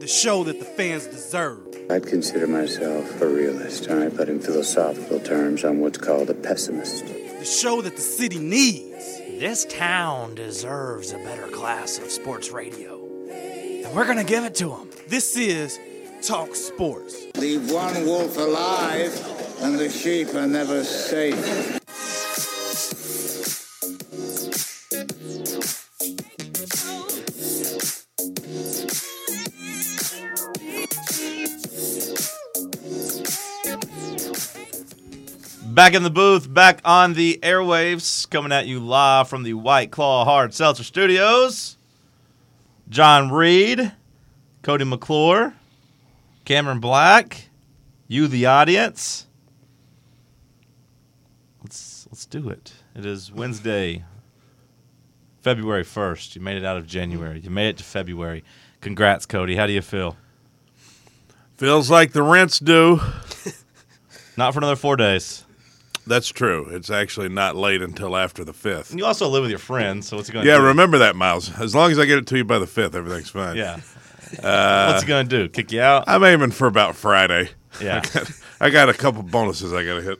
the show that the fans deserve. I'd consider myself a realist, all right, but in philosophical terms, I'm what's called a pessimist. The show that the city needs. This town deserves a better class of sports radio. And we're going to give it to them. This is Talk Sports. Leave one wolf alive, and the sheep are never safe. Back in the booth, back on the airwaves, coming at you live from the White Claw Hard Seltzer Studios. John Reed, Cody McClure, Cameron Black, you the audience. Let's let's do it. It is Wednesday, February first. You made it out of January. You made it to February. Congrats, Cody. How do you feel? Feels like the rent's due. Not for another four days. That's true. It's actually not late until after the fifth. And you also live with your friends, so what's it going? Yeah, do? remember that, Miles. As long as I get it to you by the fifth, everything's fine. Yeah. Uh, what's he gonna do? Kick you out? I'm aiming for about Friday. Yeah. I got a couple bonuses I got to hit.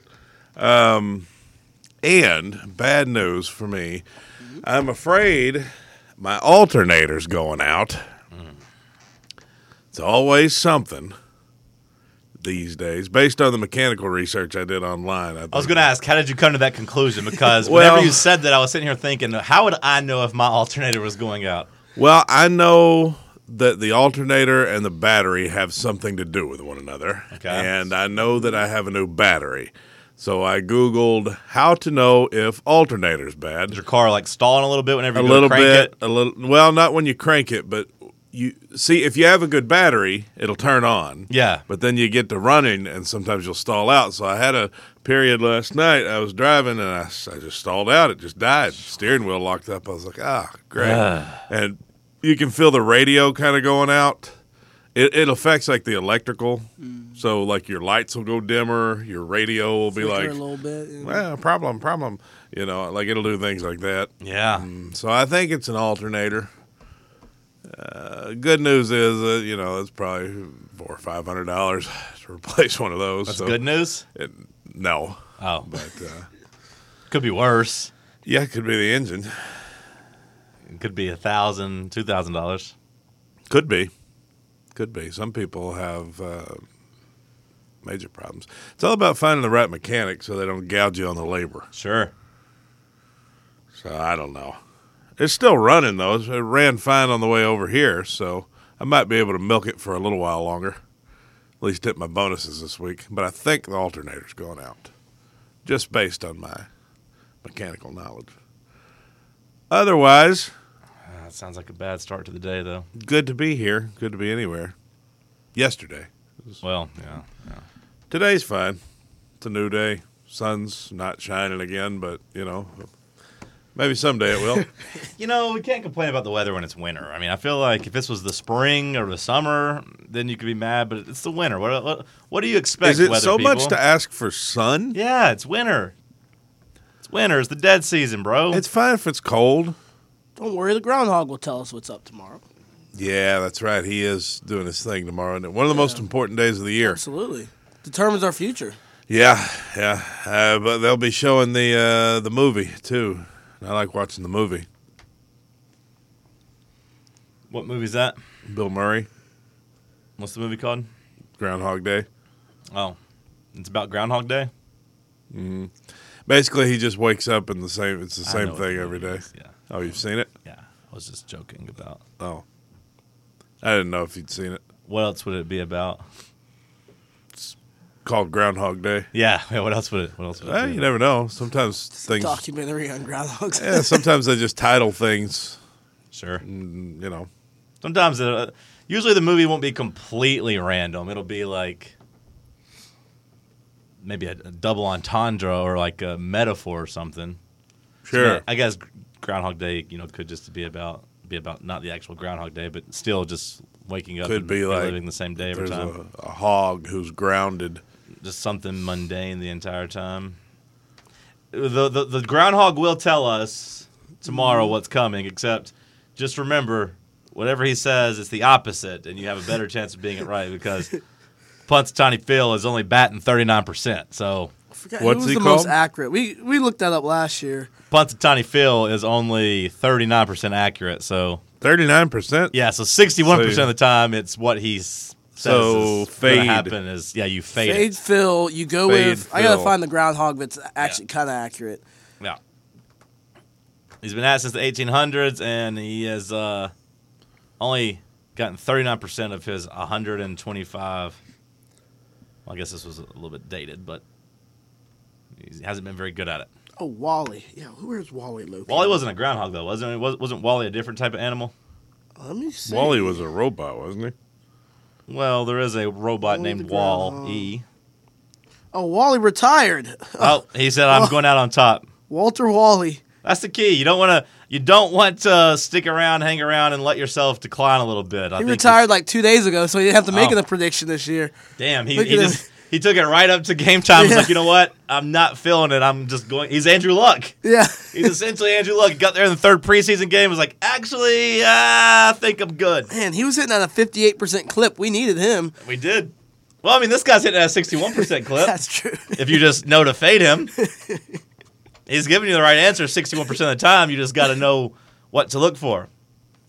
Um, and bad news for me, I'm afraid my alternator's going out. Mm. It's always something these days, based on the mechanical research I did online. I was going to ask, how did you come to that conclusion? Because Well- whenever you said that, I was sitting here thinking, how would I know if my alternator was going out? Well, I know that the alternator and the battery have something to do with one another. Okay. And I know that I have a new battery. So I Googled how to know if alternator's bad. Is your car like stalling a little bit whenever A you go to little crank bit, it? a little. Well, not when you crank it, but you see if you have a good battery, it'll turn on. Yeah. But then you get to running, and sometimes you'll stall out. So I had a period last night. I was driving, and I, s- I just stalled out. It just died. Steering wheel locked up. I was like, ah, great. and you can feel the radio kind of going out. It, it affects like the electrical, Mm. so like your lights will go dimmer. Your radio will be Flicker like, a little bit. and- well, problem, problem. You know, like it'll do things like that. Yeah. So I think it's an alternator. Uh, good news is, uh, you know, it's probably four or five hundred dollars to replace one of those. That's so- good news? It, no, Oh, but uh, could be worse. yeah, it could be the engine. It could be a thousand, two thousand dollars. Could be, could be. Some people have uh, major problems. It's all about finding the right mechanic so they don't gouge you on the labor. Sure. So I don't know. It's still running though. It ran fine on the way over here, so I might be able to milk it for a little while longer. At least hit my bonuses this week. But I think the alternator's going out, just based on my mechanical knowledge. Otherwise, Ah, That sounds like a bad start to the day, though. good to be here. Good to be anywhere. Yesterday, Well, yeah. today's fine. It's a new day. Sun's not shining again, but you know, maybe someday it will. You know, we can't complain about the weather when it's winter. I mean, I feel like if this was the spring or the summer, then you could be mad, but it's the winter. What, what, what do you expect? Is it weather so much people? to ask for sun? Yeah, it's winter. It's winter. It's the dead season, bro. It's fine if it's cold. Don't worry, the groundhog will tell us what's up tomorrow. Yeah, that's right. He is doing his thing tomorrow. And one of the most important days of the year. Absolutely. Determines our future. Yeah, yeah. Uh, but they'll be showing the uh, the movie too. I like watching the movie. what movie's that? Bill Murray, What's the movie called? Groundhog Day. Oh, it's about Groundhog Day. Basically, he just wakes up and the same. It's the I know same what thing the every movie day. is, yeah. Oh, you've seen it? Yeah, I was just joking about. Oh, I didn't know if you'd seen it. What else would it be about? Called Groundhog Day. Yeah, yeah, what else would it? What else would it? Well, be? you never know. Sometimes things. Documentary on groundhogs. Yeah, sometimes they just title things. Sure. mm, You know. Sometimes, uh, usually the movie won't be completely random. It'll be like maybe a, a double entendre or like a metaphor or something. So, Sure. yeah, I guess Groundhog Day, you know, could just be about be about not the actual Groundhog Day, but still just waking up Could and be like reliving the same day every There's time. a, a hog who's grounded. just something mundane the entire time. The, the the groundhog will tell us tomorrow what's coming, except just remember whatever he says, it's the opposite, and you have a better chance of being it right because Punts Tiny Phil is only batting 39%. So I forgot who What's was he the called? most accurate. We we looked that up last year. Punts Tiny Phil is only 39% accurate. So, Thirty nine percent. yeah, so 61% So- of the time, it's what he s- says So is gonna fade. happen is, yeah, you fade, Fade it. Phil, you go Fade with. I gotta Phil. find the groundhog that's actually kind of accurate. Yeah. He's been at it since the 1800s, and he has uh, only gotten 39% of his 125. Well, I guess this was a little bit dated, but he hasn't been very good at it. Oh, Wally. Yeah, who is Wally Loki? Wally wasn't a groundhog, though, wasn't he? Was- Wasn't Wally a different type of animal? Let me see. Wally was a robot, wasn't he? Well, there is a robot Wally the named Wall E. Oh, Wally retired. Oh, he said, "I'm going out on top." Walter Wally. That's the key. You don't want to. You don't want to stick around, hang around, and let yourself decline a little bit. I He think retired like two days ago, so he didn't have to make Oh. it a prediction this year. Damn, he, Look he at him. just he took it right up to game time. He's Yeah. like, you know what? I'm not feeling it. I'm just going. He's Andrew Luck. Yeah. He's essentially Andrew Luck. He Got there in the third preseason game. Was like, actually, uh, I think I'm good. Man, he was hitting at a 58% clip. We needed him. We did. Well, I mean, this guy's hitting at a 61 percent clip. That's true. if you just know to fade him, he's giving you the right answer 61 percent of the time. You just got to know what to look for.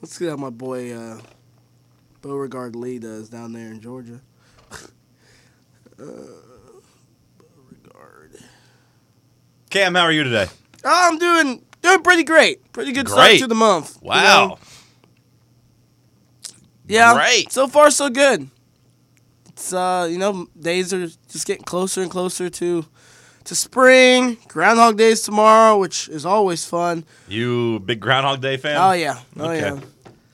Let's see how my boy uh, Beauregard Lee does down there in Georgia. uh, Beauregard. Cam, how are you today? Oh, I'm doing doing pretty great. Pretty good Great. start to the month. you Wow. know? Yeah. Great. So far, so good. It's uh, you know, days are just getting closer and closer to to spring. Groundhog Day's tomorrow, which is always fun. You big Groundhog Day fan? Oh yeah. Oh Okay. yeah.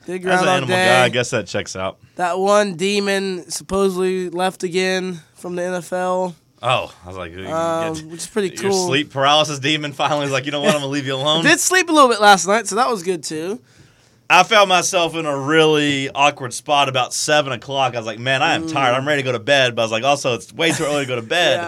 Big As an Groundhog animal Day. guy, I guess that checks out. That one demon supposedly left again from the NFL, Oh, I was like, you um, get- which is pretty Your cool. sleep paralysis demon finally was like, you know what? I'm gonna leave you alone. Did sleep a little bit last night, so that was good too. I found myself in a really awkward spot about seven o'clock. I was like, man, I am tired. I'm ready to go to bed, but I was like, also, it's way too early to go to bed.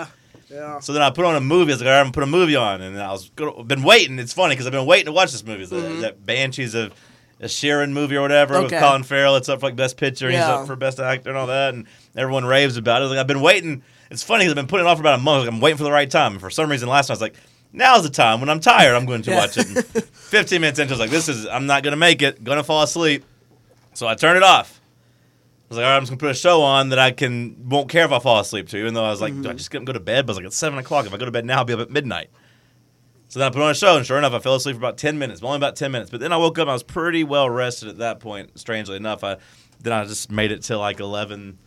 Yeah. Yeah. So then I put on a movie. I was like, I haven't put a movie on, and I was go- been waiting. It's funny because I've been waiting to watch this movie. It's that, that Banshees of a Sheeran movie or whatever with Mm-hmm. Okay. Colin Farrell. It's up for like Best Picture. He's Yeah. up for Best Actor and all that, and everyone raves about it. Like I've been waiting. It's funny 'cause I've been putting it off for about a month. Like, I'm waiting for the right time. And for some reason, last night I was like, now's the time. When I'm tired, I'm going to Yeah. watch it. And Fifteen minutes into, it, I was like, this is. I'm not going to make it. Going to fall asleep. So I turned it off. I was like, all right, I'm just gonna put a show on that I can won't care if I fall asleep to. Even though I was like, Mm-hmm. do I just get- go to bed? But I was like, it's seven o'clock. If I go to bed now, I'll be up at midnight. So then I put on a show, and sure enough, I fell asleep for about ten minutes, only about ten minutes. But then I woke up, and I was pretty well rested at that point. Strangely enough, I then I just made it till like eleven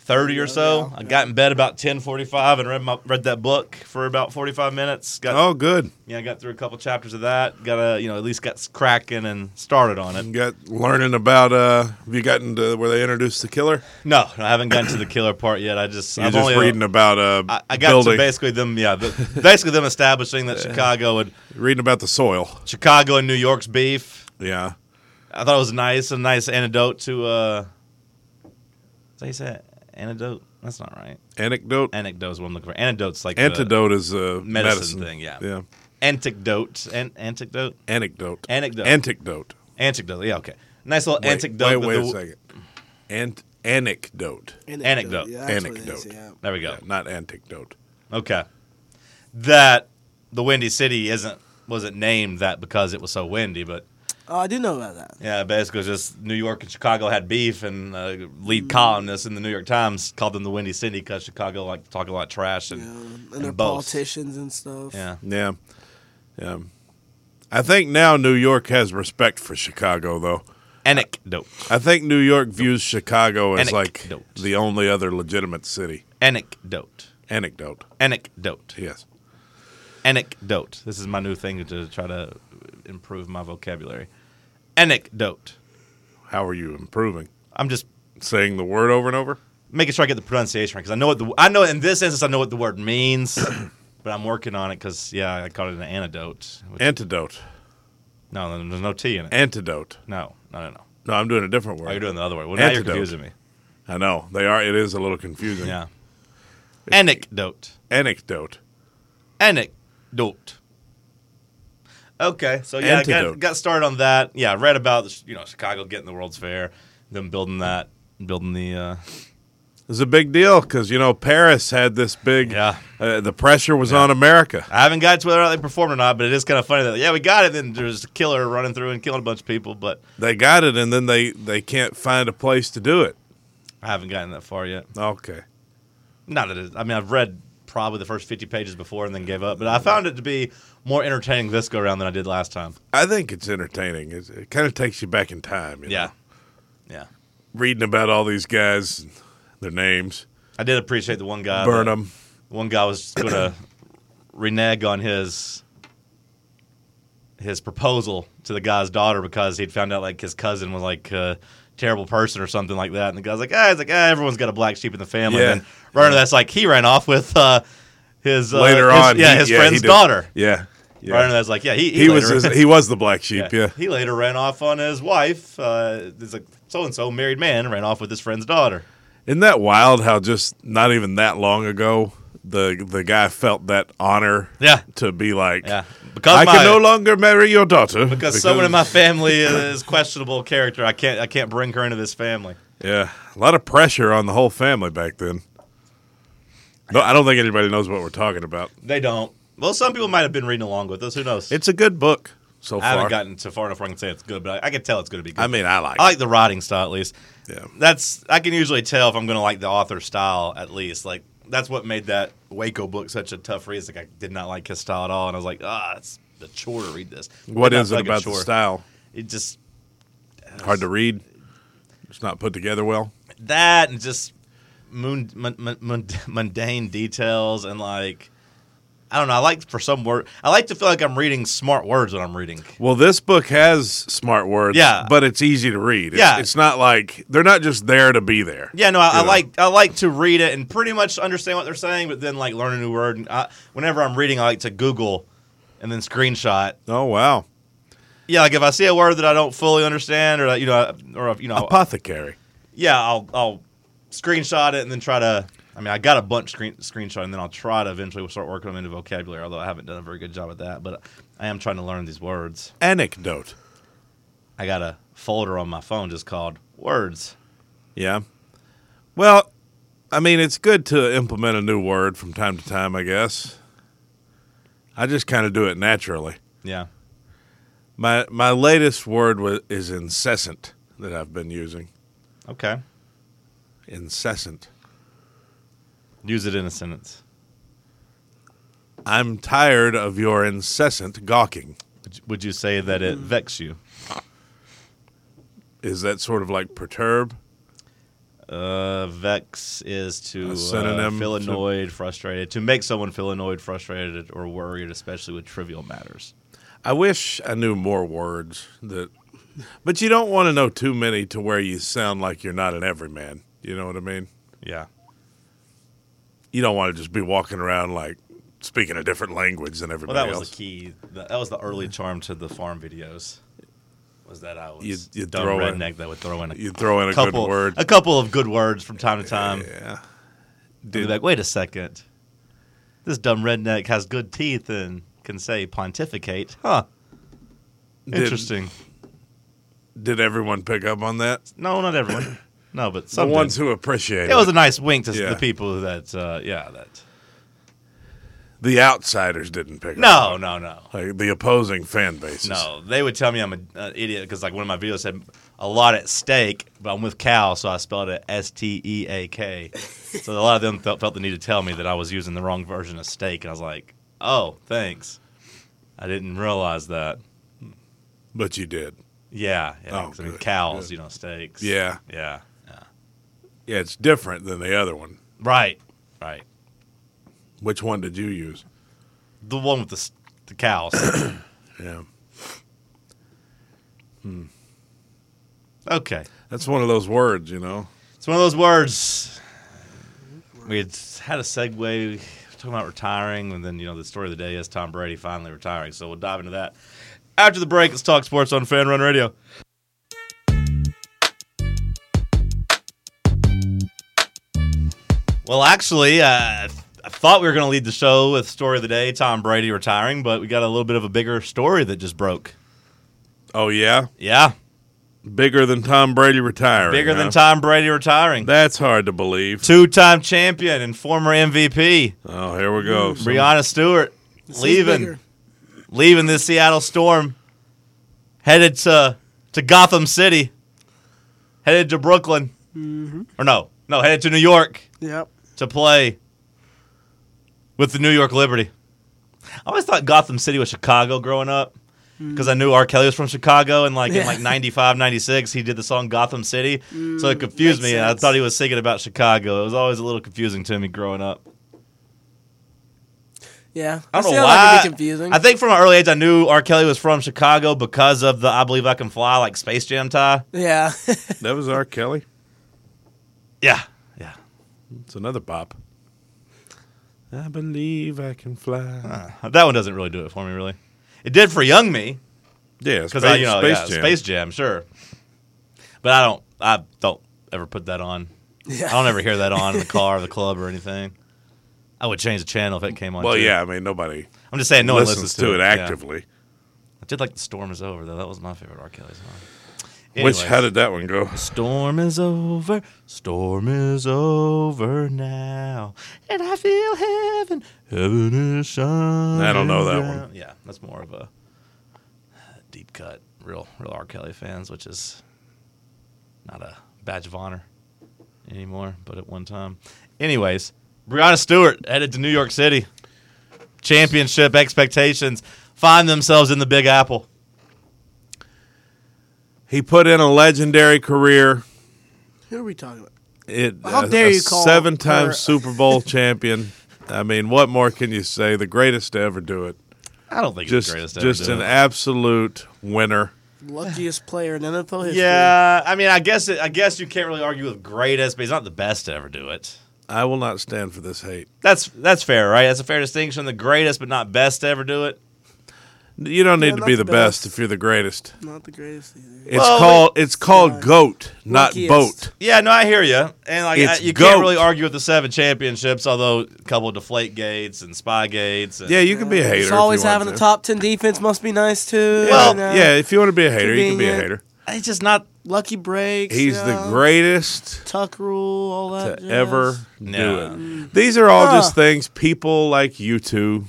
thirty or so. I got in bed about ten forty five and read my read that book for about forty five minutes. Got Oh, good. yeah, I got through a couple chapters of that. Got a you know at least got cracking and started on it. You got learning about. uh Have you gotten to where they introduced the killer? No, no, I haven't gotten to the killer part yet. I just You're I'm just only reading about. Uh, I, I got building, to basically them. Yeah, the, basically them establishing that Chicago and reading about the soil. Chicago and New York's beef. Yeah. I thought it was nice, a nice antidote to. uh Did he say antidote? That's not right. Anecdote. Anecdote is what I'm looking for. Antidote's like the Antidote is a medicine, uh, medicine thing, yeah. Yeah. antidote. An- antidote. Anecdote. Anecdote. Anecdote. Antidote. Yeah. Okay. Nice little Wait, antidote. Wait, with wait the- a second. Ant- anecdote. Anecdote. Yeah, that's what it is, Anecdote. yeah. There we go. Yeah, not anecdote. Okay. That the Windy City isn't wasn't named that because it was so windy, but Oh, I do know about that. Yeah, basically, it's just New York and Chicago had beef, and uh, Mm. lead columnist in the New York Times called them the Windy City because Chicago like to talk a lot of trash and Yeah, and, and they're both. politicians and stuff. Yeah, Yeah. Yeah. I think now New York has respect for Chicago, though. anecdote, I think New York views Chicago as Anecdote. like the only other legitimate city. anecdote, Anecdote. anecdote, Yes. anecdote. This is my new thing to try to improve my vocabulary. Anecdote. How are you improving? I'm just Saying the word over and over? making sure I get the pronunciation right because I know what the I know in this instance I know what the word means, but I'm working on it because yeah, I called it an antidote. which- Antidote. no, there's no T in it. Antidote. no, no, no, no. No, I'm doing a different word. Oh, you're doing the other way. Well, now you're Antidote. confusing me. I know. They are it is a little confusing. Yeah. Anecdote. Anecdote. Anecdote. Okay, so yeah, I got, Antidote. got started on that. Yeah, I read about the, sh- you know Chicago getting the World's Fair, them building that, building the. Uh, It's a big deal because you know Paris had this big. Yeah. Uh, the pressure was on America. I haven't got to whether or not they performed or not, but it is kind of funny that yeah, we got it. Then there's a killer running through and killing a bunch of people, but They got it, and then they they can't find a place to do it. I haven't gotten that far yet. Okay. Not that it, I mean I've read probably the first 50 pages before and then gave up, but I found it to be more entertaining this go around than I did last time. I think it's entertaining. It's, it kind of takes you back in time. you Yeah, know? yeah. Reading about all these guys, their names, I did appreciate Uh, the one guy. that- Burnham. One guy was going to renege on his his proposal to the guy's daughter because he'd found out like his cousin was like a terrible person or something like that. And the guy's like, ah, it's like, ah, everyone's got a black sheep in the family. Yeah. And then right under that's like he ran off with uh, his uh, later his- on, yeah, he- his he friend's did. daughter. Yeah. yeah. Right under that's like, yeah, he he was later- his, he was the black sheep. Yeah. He later ran off on his wife. Uh, it's like so and so married man ran off with his friend's daughter. Isn't that wild? How just not even that long ago, the the guy felt that honor. Yeah. To be like. Yeah, because I my- can no longer marry your daughter because, someone in my family is questionable character. I can't I can't bring her into this family. Yeah, a lot of pressure on the whole family back then. No, I don't think anybody knows what we're talking about. They don't. Well, some people might have been reading along with us. Who knows? It's a good book so I haven't far. gotten so far enough where I can say it's good, but I, I can tell it's going to be good. I mean, I like. I like the writing style at least. Yeah. That's I can usually tell if I'm going to like the author's style at least. Like that's what made that Waco book such a tough read. It's like I did not like his style at all, and I was like, ah, it's a chore to read this. it. What Did not is it feel like a about the chore. style? It just Hard to read. It's not put together well. that and just mun- mun- mun- mun- mundane details and like I don't know. I like for some word. I like to feel like I'm reading smart words when I'm reading. Well, this book has smart words. Yeah. but it's easy to read. It's, Yeah. it's not like they're not just there to be there. Yeah, no, I, You I know? like I like to read it and pretty much understand what they're saying, but then like learn a new word. And I, whenever I'm reading, I like to Google and then screenshot. Oh wow, Yeah, like if I see a word that I don't fully understand, or that you know, or if, you know, apothecary. yeah, I'll I'll screenshot it and then try to. I mean, I got a bunch screen screenshot, and then I'll try to eventually start working them into vocabulary. Although I haven't done a very good job at that, but I am trying to learn these words. Anecdote. I got a folder on my phone just called words. Yeah. Well, I mean, it's good to implement a new word from time to time. I guess. I just kind of do it naturally. Yeah, My my latest word was, is incessant that I've been using. okay. Incessant. Use it in a sentence. I'm tired of your incessant gawking. Would you- Would you say that it Mm-hmm. vexed you? Is that sort of like perturb? Uh, vex is to A uh, synonym feel to- annoyed, frustrated. To make someone feel annoyed, frustrated, or worried, especially with trivial matters. I wish I knew more words that but you don't want to know too many to where you sound like you're not an everyman. You know what I mean? Yeah. You don't want to just be walking around like speaking a different language than Well, everybody that was else. the key. That that was the early charm to the farm videos. Was that I was You'd- you'd dumb throw in- redneck that would throw in a You throw in a couple, good word. a couple of good words from time to time. yeah. Be Did, like, wait a second, this dumb redneck has good teeth and can say pontificate, huh? Did- Interesting. did everyone pick up on that? No, not everyone. No, but The some ones did. who appreciate It was a nice wink to s Yeah. the people that, uh, yeah, that. The outsiders didn't pick No, up. no, no, Like the opposing fan bases. no. They would tell me I'm an uh, idiot because like one of my videos said a lot at stake, but I'm with cow, so I spelled it S T E A K. So a lot of them felt, felt the need to tell me that I was using the wrong version of steak, and I was like, oh, thanks. I didn't realize that. But you did. Yeah, yeah. Oh, 'cause I mean, good, cows, good. you know, steaks. Yeah. yeah, yeah. Yeah, it's different than the other one. Right, right. Which one did you use? The one with the s- the cows. Yeah. okay. That's one of those words, you know. It's one of those words. We had had a segue talking about retiring, and then you know the story of the day is Tom Brady finally retiring. So we'll dive into that after the break. Let's talk sports on Fan Run Radio. Well, actually, uh, I thought we were going to lead the show with story of the day, Tom Brady retiring, but we got a little bit of a bigger story that just broke. Oh yeah, Yeah, bigger than Tom Brady retiring. bigger huh? than Tom Brady retiring. That's hard to believe. Two-time champion and former MVP Oh, here we go. Some- Brianna Stewart This is leaving, bigger. leaving the Seattle Storm, headed to to Gotham City, headed to Brooklyn, Mm-hmm. or no, no, headed to New York. Yep. to play with the New York Liberty. I always thought Gotham City was Chicago growing up because I knew R. Kelly was from Chicago and like in Mm. Yeah. Mm, like 95, 96, he did the song Gotham City. so it confused me. makes and I sense. thought he was singing about Chicago. It was always a little confusing to me growing up. Yeah. I don't see how know why. that could be confusing. I think from an early age, I knew R. Kelly was from Chicago because of the I Believe I Can Fly, like Space Jam tie. yeah. That was R. Kelly. Yeah. Yeah. It's another pop. I believe I can fly. Uh, That one doesn't really do it for me, really. It did for young me. yeah, because space, I, you know, space yeah, Jam. Space Jam, sure. But I don't, I don't ever put that on. I yeah. don't ever hear that on in the car, or the club, or anything. I would change the channel if it came on. Well, too. yeah, I mean nobody I'm just saying, no listens, one listens to, it, yeah. actively. I did like "The Storm Is Over" though. That was my favorite R. Kelly song. Which Anyways. how did that one go? Storm is over, storm is over now, and I feel heaven, heaven is shining. I don't know that down. one. Yeah, that's more of a deep cut, real, real R. Kelly fans, which is not a badge of honor anymore, but at one time. Anyways, Brianna Stewart headed to New York City. Championship expectations find themselves in the Big Apple. He put in a legendary career. Who are we talking about? It How a- dare a you call seven-time her- Super Bowl champion. I mean, what more can you say? The greatest to ever do it. I don't think it's Just, the greatest. ever just do an it. absolute winner. Luckiest player in NFL history. Yeah, I mean, I guess it, I guess you can't really argue with greatest, but he's not the best to ever do it. I will not stand for this hate. That's that's fair, right? That's a fair distinction. The greatest, but not best to ever do it. You don't need Yeah, to not be the the best. best. if you're the greatest. Not the greatest either. It's Well, called it's called uh, goat, not luckiest. boat. Yeah, no, I hear you, and like I, It's you GOAT. can't really argue with the seven championships, although a couple of deflate gates and spy gates. And, Yeah, you can be a hater. if Just you always want having to. a top ten defense must be nice too. Well, you know. yeah, if you want to be a hater, you can be a Convenient. hater. it's just not. Lucky breaks. He's yeah. the greatest Tuck rule, all to that. jazz. ever No. do it. These are all just Huh. things people like you two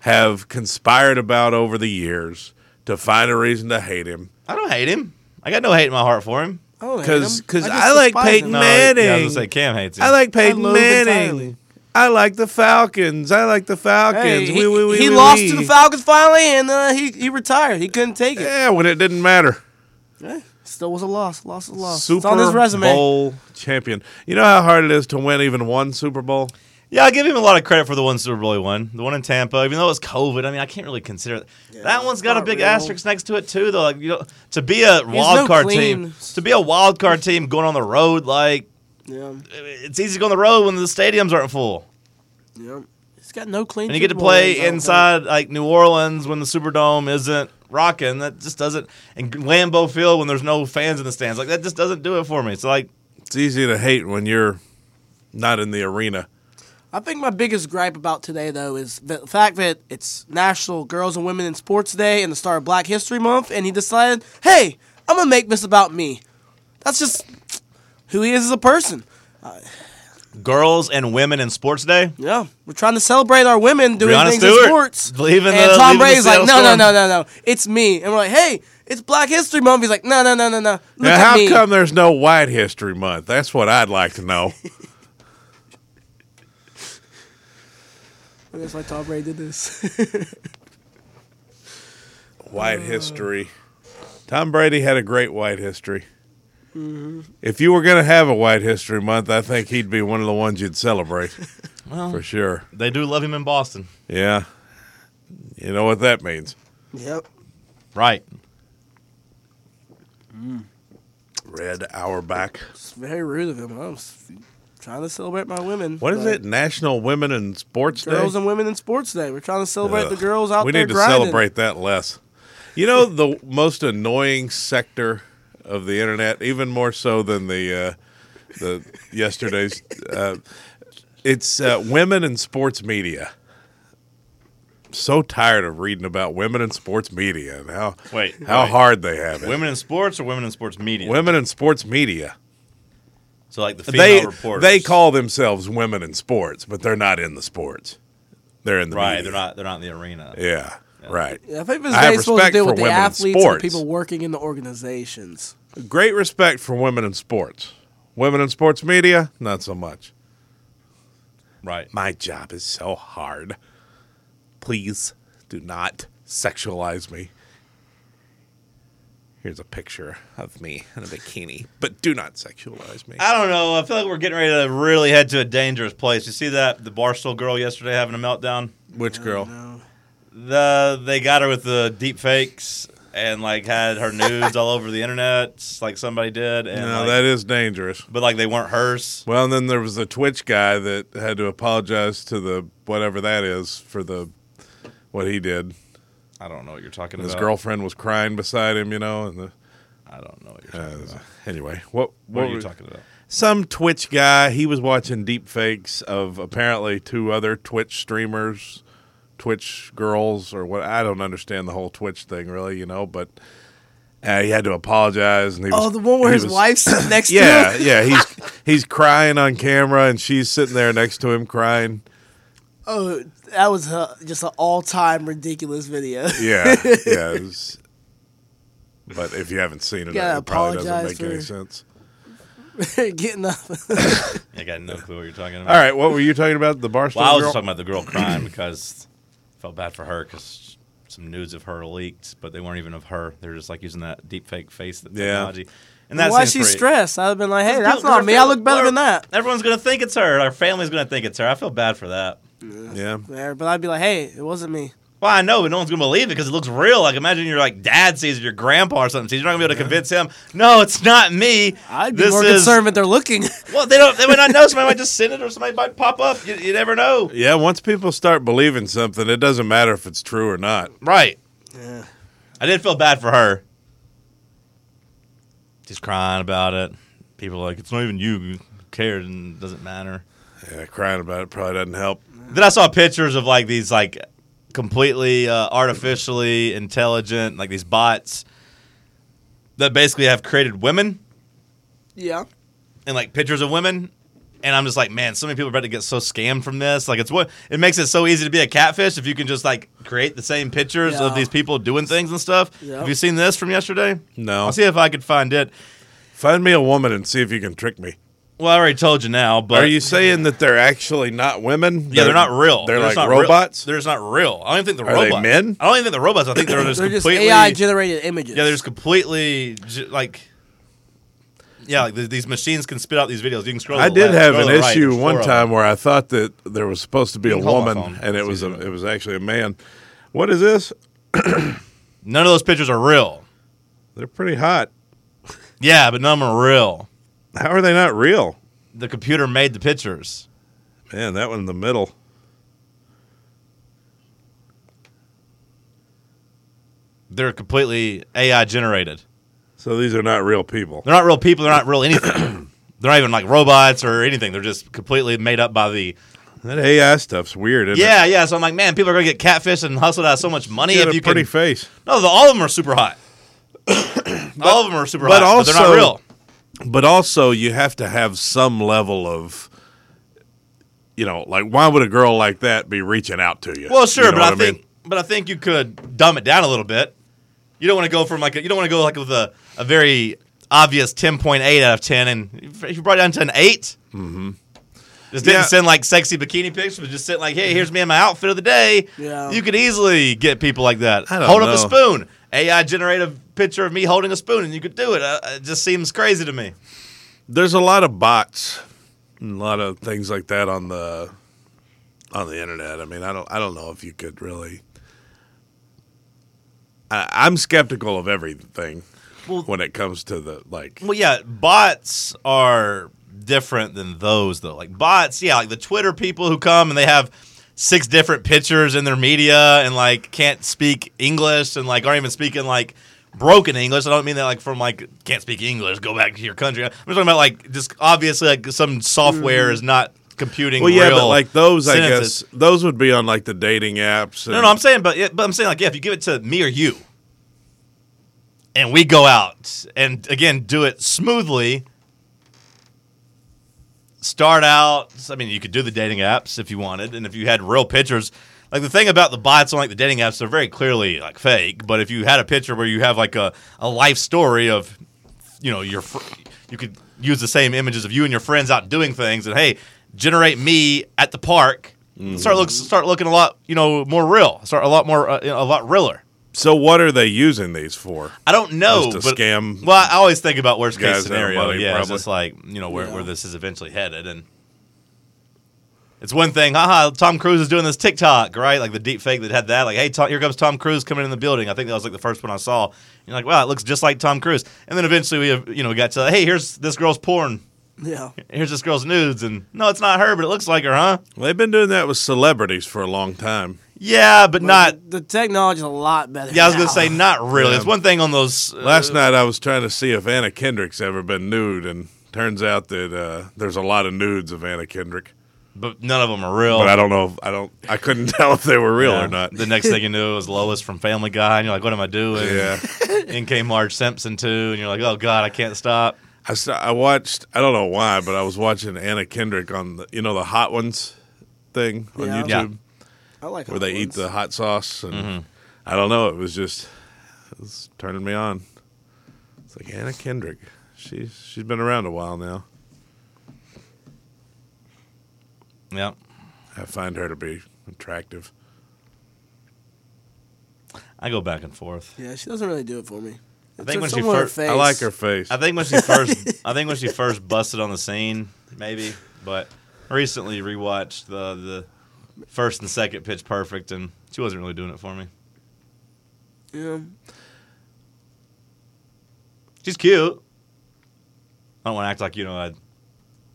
have conspired about over the years to find a reason to hate him. I don't hate him. I got no hate in my heart for him. I don't hate Because him. because just I, like despise Peyton him. No, Manning. Yeah, I was gonna say Cam hates him. I like Peyton love him Manning. entirely. I like the Falcons. I like the Falcons. Hey, Wee, he, wee, wee, he wee, lost wee. to the Falcons finally, and uh, he he retired. He couldn't take it. Yeah, when it didn't matter. Eh, Still was a loss. Loss is a loss. Super Oh, it's on his resume. Bowl champion. You know how hard it is to win even one Super Bowl? Yeah, I give him a lot of credit for the one Super Bowl he won, the one in Tampa. Even though it was COVID, I mean, I can't really consider it. that one's got a not big real. asterisk next to it too, though. Like you know, to be a wild no card team, clean- to be a wild card team going on the road, like Yeah, it's easy to go on the road when the stadiums aren't full, yeah. He's got no clean. and you get to Super Bowl wins, play I don't inside like New Orleans when the Superdome isn't rocking. That just doesn't, and Lambeau Field when there's no fans in the stands, like that just doesn't do it for me. So like, It's easy to hate when you're not in the arena. I think my biggest gripe about today, though, is the fact that it's National Girls and Women in Sports Day and the start of Black History Month, and he decided, hey, I'm gonna make this about me. That's just who he is as a person. girls and women in sports day. Yeah, we're trying to celebrate our women doing Brianna things Stewart in sports. leaving the- and Tom leaving the Brady's like, Seattle no, no, Storm." no, no, no, it's me. And we're like, hey, it's Black History Month. He's like, no, no, no, no, no. Look Now, at how me. come there's no White History Month? That's what I'd like to know. That's why Tom Brady did this. white history. Tom Brady had a great white history. Mm-hmm. If you were going to have a White History Month, I think he'd be one of the ones you'd celebrate Well, for sure. they do love him in Boston, Yeah. You know what that means. yep. right? Red Auerbach. It's very rude of him. I'm s- trying to celebrate my women. What is but- it? National Women in Sports Day? Girls and women in sports day. We're trying to celebrate the Ugh. girls out we there need to grinding. celebrate that less. You know the most annoying sector of the internet, even more so than the uh, the yesterday's. Uh, It's uh, women in sports media. So tired of reading about women in sports media and how Wait, how wait. hard they have it. Women, Women in sports or women in sports media? in sports media. So like the female They reporters. they call themselves women in sports, but they're not in the sports. They're in the right. media. They're not. They're not in the arena. Yeah, right. I think this I have day's supposed to respect deal for with the women in athletes and the sports. people working in the organizations. Great respect for women in sports. Women in sports media, not so much. Right. My job is so hard. Please do not sexualize me. Here's a picture of me in a bikini, but do not sexualize me. I don't know. I feel like we're getting ready to really head to a dangerous place. You see that the Barstool girl yesterday having a meltdown. Which girl? The they got her with the deep fakes and like had her nudes all over the internet, like somebody did. And No, like- that is dangerous. but like they weren't hers. Well, and then there was the Twitch guy that had to apologize to the whatever that is for the what he did. I don't know what you're talking His about. girlfriend was crying beside him, you know, and the I don't know what you're Uh, talking about. anyway, what What, are you were- talking about? Some Twitch guy. He was watching deep fakes of apparently two other Twitch streamers, Twitch girls, or what. I don't understand the whole Twitch thing really, you know. But uh, he had to apologize, and he was, Oh, the one where he his was- wife's next Yeah, to him. yeah. He's he's crying on camera, and she's sitting there next to him crying. Oh, that was uh, just an all-time ridiculous video. Yeah, yeah. it was- but if you haven't seen it, Gotta it probably doesn't apologize make any for- sense. Getting up. I got no clue what you're talking about. All right, what were you talking about? The barstool Well, I was girl? just talking about the girl crying because I felt bad for her because some nudes of her leaked, but they weren't even of her. They're just like using that deep fake face that Yeah. technology. And that's Why she stressed? I'd have been like, hey, that's not me. I look better than that. Everyone's gonna think it's her. Our family's gonna think it's her. I feel bad for that. yeah. There, but I'd be like, hey, it wasn't me. Well, I know, but no one's gonna believe it because it looks real. Like imagine your like dad sees it, your grandpa or something. sees it. you're not gonna be able to convince him. No, it's not me. I'd be more concerned that they're looking. Well, they don't. They might not know. Somebody might just send it, or somebody might pop up. You, you never know. Yeah, once people start believing something, it doesn't matter if it's true or not. Right. I did feel bad for her. She's crying about it. People are like, it's not even you. Who cares and it doesn't matter. Yeah, crying about it probably doesn't help. Then I saw pictures of like these like completely uh, artificially intelligent like these bots that basically have created women yeah. and like pictures of women. And I'm just like, man, so many people are about to get so scammed from this. Like, it's what it makes it so easy to be a catfish if you can just like create the same pictures of Yeah. these people doing things and stuff. Yep. Have you seen this from yesterday? No. I'll see if I could find it. Find me a woman and see if you can trick me. Well, I already told you now, but Are you saying that they're actually not women? yeah, they're not real. They're, just like not real- robots? They're just not real. I don't even think they're Are they robots. men? I don't even think they're robots. I think they're just They're just completely AI generated images. Yeah, they're just completely j- like. Yeah, like th- these machines can spit out these videos. You can scroll. I to the did left, have scroll to an the right, issue there's four one of time them. where I thought that there was supposed to be a can hold my woman phone. and it It's was a, easier to- it was actually a man. What is this? None of those pictures are real. They're pretty hot. Yeah, but none of them are real. How are they not real? The computer made the pictures. Man, that one in the middle. They're completely AI generated. So these are not real people. They're not real people. They're not real anything. they're not even like robots or anything. They're just completely made up by the That AI stuff's weird, isn't it? Yeah, yeah. So I'm like, man, people are gonna get catfished and hustled out of so much money You got if a you pretty can. face. no, the, all of them are super hot. all of them are super but hot, but they're not also- real. but also you have to have some level of you know like why would a girl like that be reaching out to you Well, sure, You know but I, what think, mean? but I think you could dumb it down a little bit. You don't want to go from like a, you don't want to go like with a, a very obvious ten point eight out of ten, and if you brought it down to an 8 Mm-hmm. Just didn't Yeah. send like sexy bikini pictures, but just sent like, hey, here's me in my outfit of the day. Yeah. You could easily get people like that. I don't Hold up know. a spoon. AI generate a picture of me holding a spoon, and you could do it. Uh, it just seems crazy to me. there's a lot of bots and a lot of things like that on the on the internet i mean i don't i don't know if you could really I, i'm skeptical of everything when it comes to the like Well, yeah, bots are different than those though. Like bots, yeah, like the Twitter people who come and they have six different pictures in their media and like can't speak English and like aren't even speaking like broken English. I don't mean that like from like can't speak English, go back to your country. I'm just talking about like just obviously like some software is not computing. Mm-hmm. Well, yeah, real but like those, sentences. I guess those would be on like the dating apps. And, No, no, I'm saying, but yeah, but I'm saying like, yeah, if you give it to me or you, and we go out and again do it smoothly. Start out. I mean, you could do the dating apps if you wanted, and if you had real pictures. Like the thing about the bots on like the dating apps, they're very clearly like fake. But if you had a picture where you have like a, a life story of, you know, your, fr- you could use the same images of you and your friends out doing things, and hey, generate me at the park. Start look start looking a lot, you know, more real. Start a lot more, uh, you know, a lot realer. So what are they using these for? I don't know. Just to but, scam Well, I always think about worst case guys out of scenario. money, yeah, it's probably. just like you know where, where this is eventually headed, and it's one thing. Haha, Tom Cruise is doing this TikTok, right? Like the deep fake that had that. Like, hey, Tom, here comes Tom Cruise coming in the building. I think that was like the first one I saw. And you're like, wow, it looks just like Tom Cruise. And then eventually we, have, you know, got to hey, here's this girl's porn. Yeah. Here's this girl's nudes, and no, it's not her, but it looks like her, huh? Well, they've been doing that with celebrities for a long time. Yeah, but not. the technology's a lot better. Yeah, I was gonna now. say not really. Yeah. It's one thing on those. uh, Last night I was trying to see if Anna Kendrick's ever been nude, and turns out that uh, there's a lot of nudes of Anna Kendrick. but none of them are real. But I don't know. If, I don't. I couldn't tell if they were real Yeah. or not. The next thing you knew, it was Lois from Family Guy, and you're like, "What am I doing?" Yeah. In came Marge Simpson too, and you're like, "Oh God, I can't stop." I, saw, I watched. I don't know why, but I was watching Anna Kendrick on the, you know the hot ones thing on Yeah. YouTube Yeah. I like where they hot eat the ones. hot sauce and Mm-hmm. I don't know. It was just it was turning me on. It's like Anna Kendrick. She's she's been around a while now. Yeah. I find her to be attractive. I go back and forth. Yeah, she doesn't really do it for me. I think when she first- I I like her face. I think when she first, I think when she first busted on the scene, maybe. But recently rewatched the the first and second Pitch Perfect, and she wasn't really doing it for me. Yeah. She's cute. I don't want to act like you know. I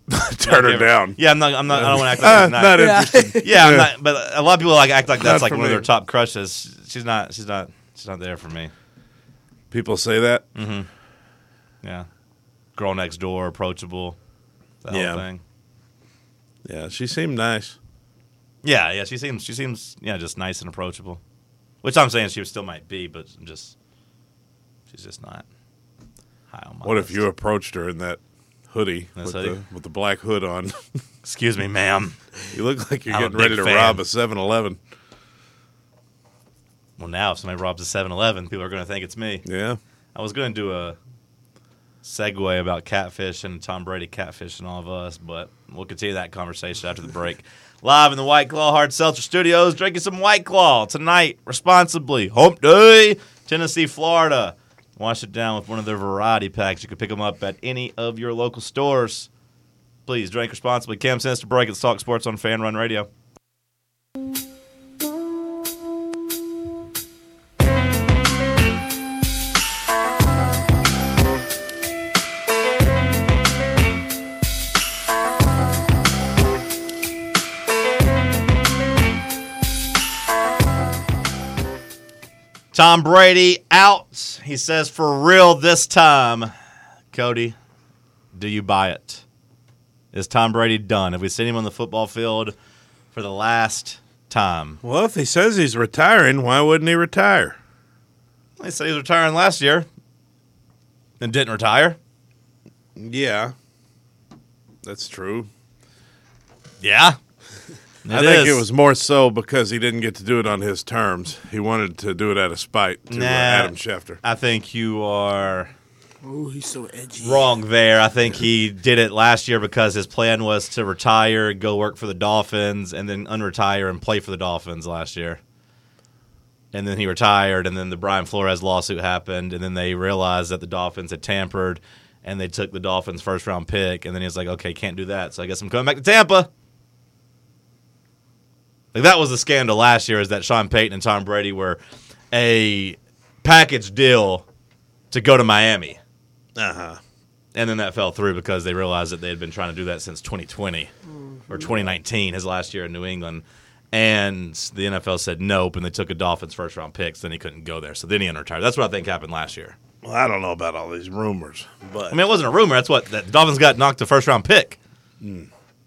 Turn her down. Yeah, I'm not. I'm not. I don't want to act like Ah, it's not, not interested. Yeah, I'm Yeah. not, but a lot of people like act like that's Not like for one of their me. top crushes. She's not. She's not. She's not there for me. People say that. Yeah, girl next door, approachable, that Yeah. whole thing. Yeah, she seemed nice. Yeah, yeah. She seems. She seems. Yeah, just nice and approachable. Which I'm saying she still might be, but I'm just she's just not high on my. What if list. you approached her in that hoodie, This with, hoodie? The, with the black hood on? Excuse me, ma'am. you look like you're I'm a getting ready big to fan. rob a 7-Eleven. Well, now if somebody robs a 7-Eleven, people are going to think it's me. Yeah. I was going to do a segue about catfish and Tom Brady catfishing all of us, but we'll continue that conversation after the break. Live in the White Claw Hard Seltzer Studios, drinking some White Claw tonight, responsibly. Hump Day, Tennessee, Florida. Wash it down with one of their variety packs. You can pick them up at any of your local stores. Please drink responsibly. Cam sends to break. It's Talk Sports on Fan Run Radio. Tom Brady out. He says for real this time. Cody, do you buy it? Is Tom Brady done? Have we seen him on the football field for the last time? Well, if he says he's retiring, why wouldn't he retire? They said he was retiring last year and didn't retire. Yeah, that's true. Yeah. It I think is. it was more so because he didn't get to do it on his terms. He wanted to do it out of spite to uh, Nah. Adam Schefter. I think you are Oh, he's so edgy. wrong there. I think he did it last year because his plan was to retire, go work for the Dolphins, and then unretire and play for the Dolphins last year. And then he retired, and then the Brian Flores lawsuit happened, and then they realized that the Dolphins had tampered, and they took the Dolphins' first round pick, and then he was like, okay, can't do that, so I guess I'm coming back to Tampa. Like that was the scandal last year, is that Sean Payton and Tom Brady were a package deal to go to Miami and then that fell through because they realized that they had been trying to do that since 2020 or 2019, his last year in New England. And the NFL said nope, and they took a Dolphins first round pick, so then he couldn't go there. So then he unretired. That's what I think happened last year. Well, I don't know about all these rumors, but I mean, it wasn't a rumor. That's what the Dolphins got knocked the first round pick.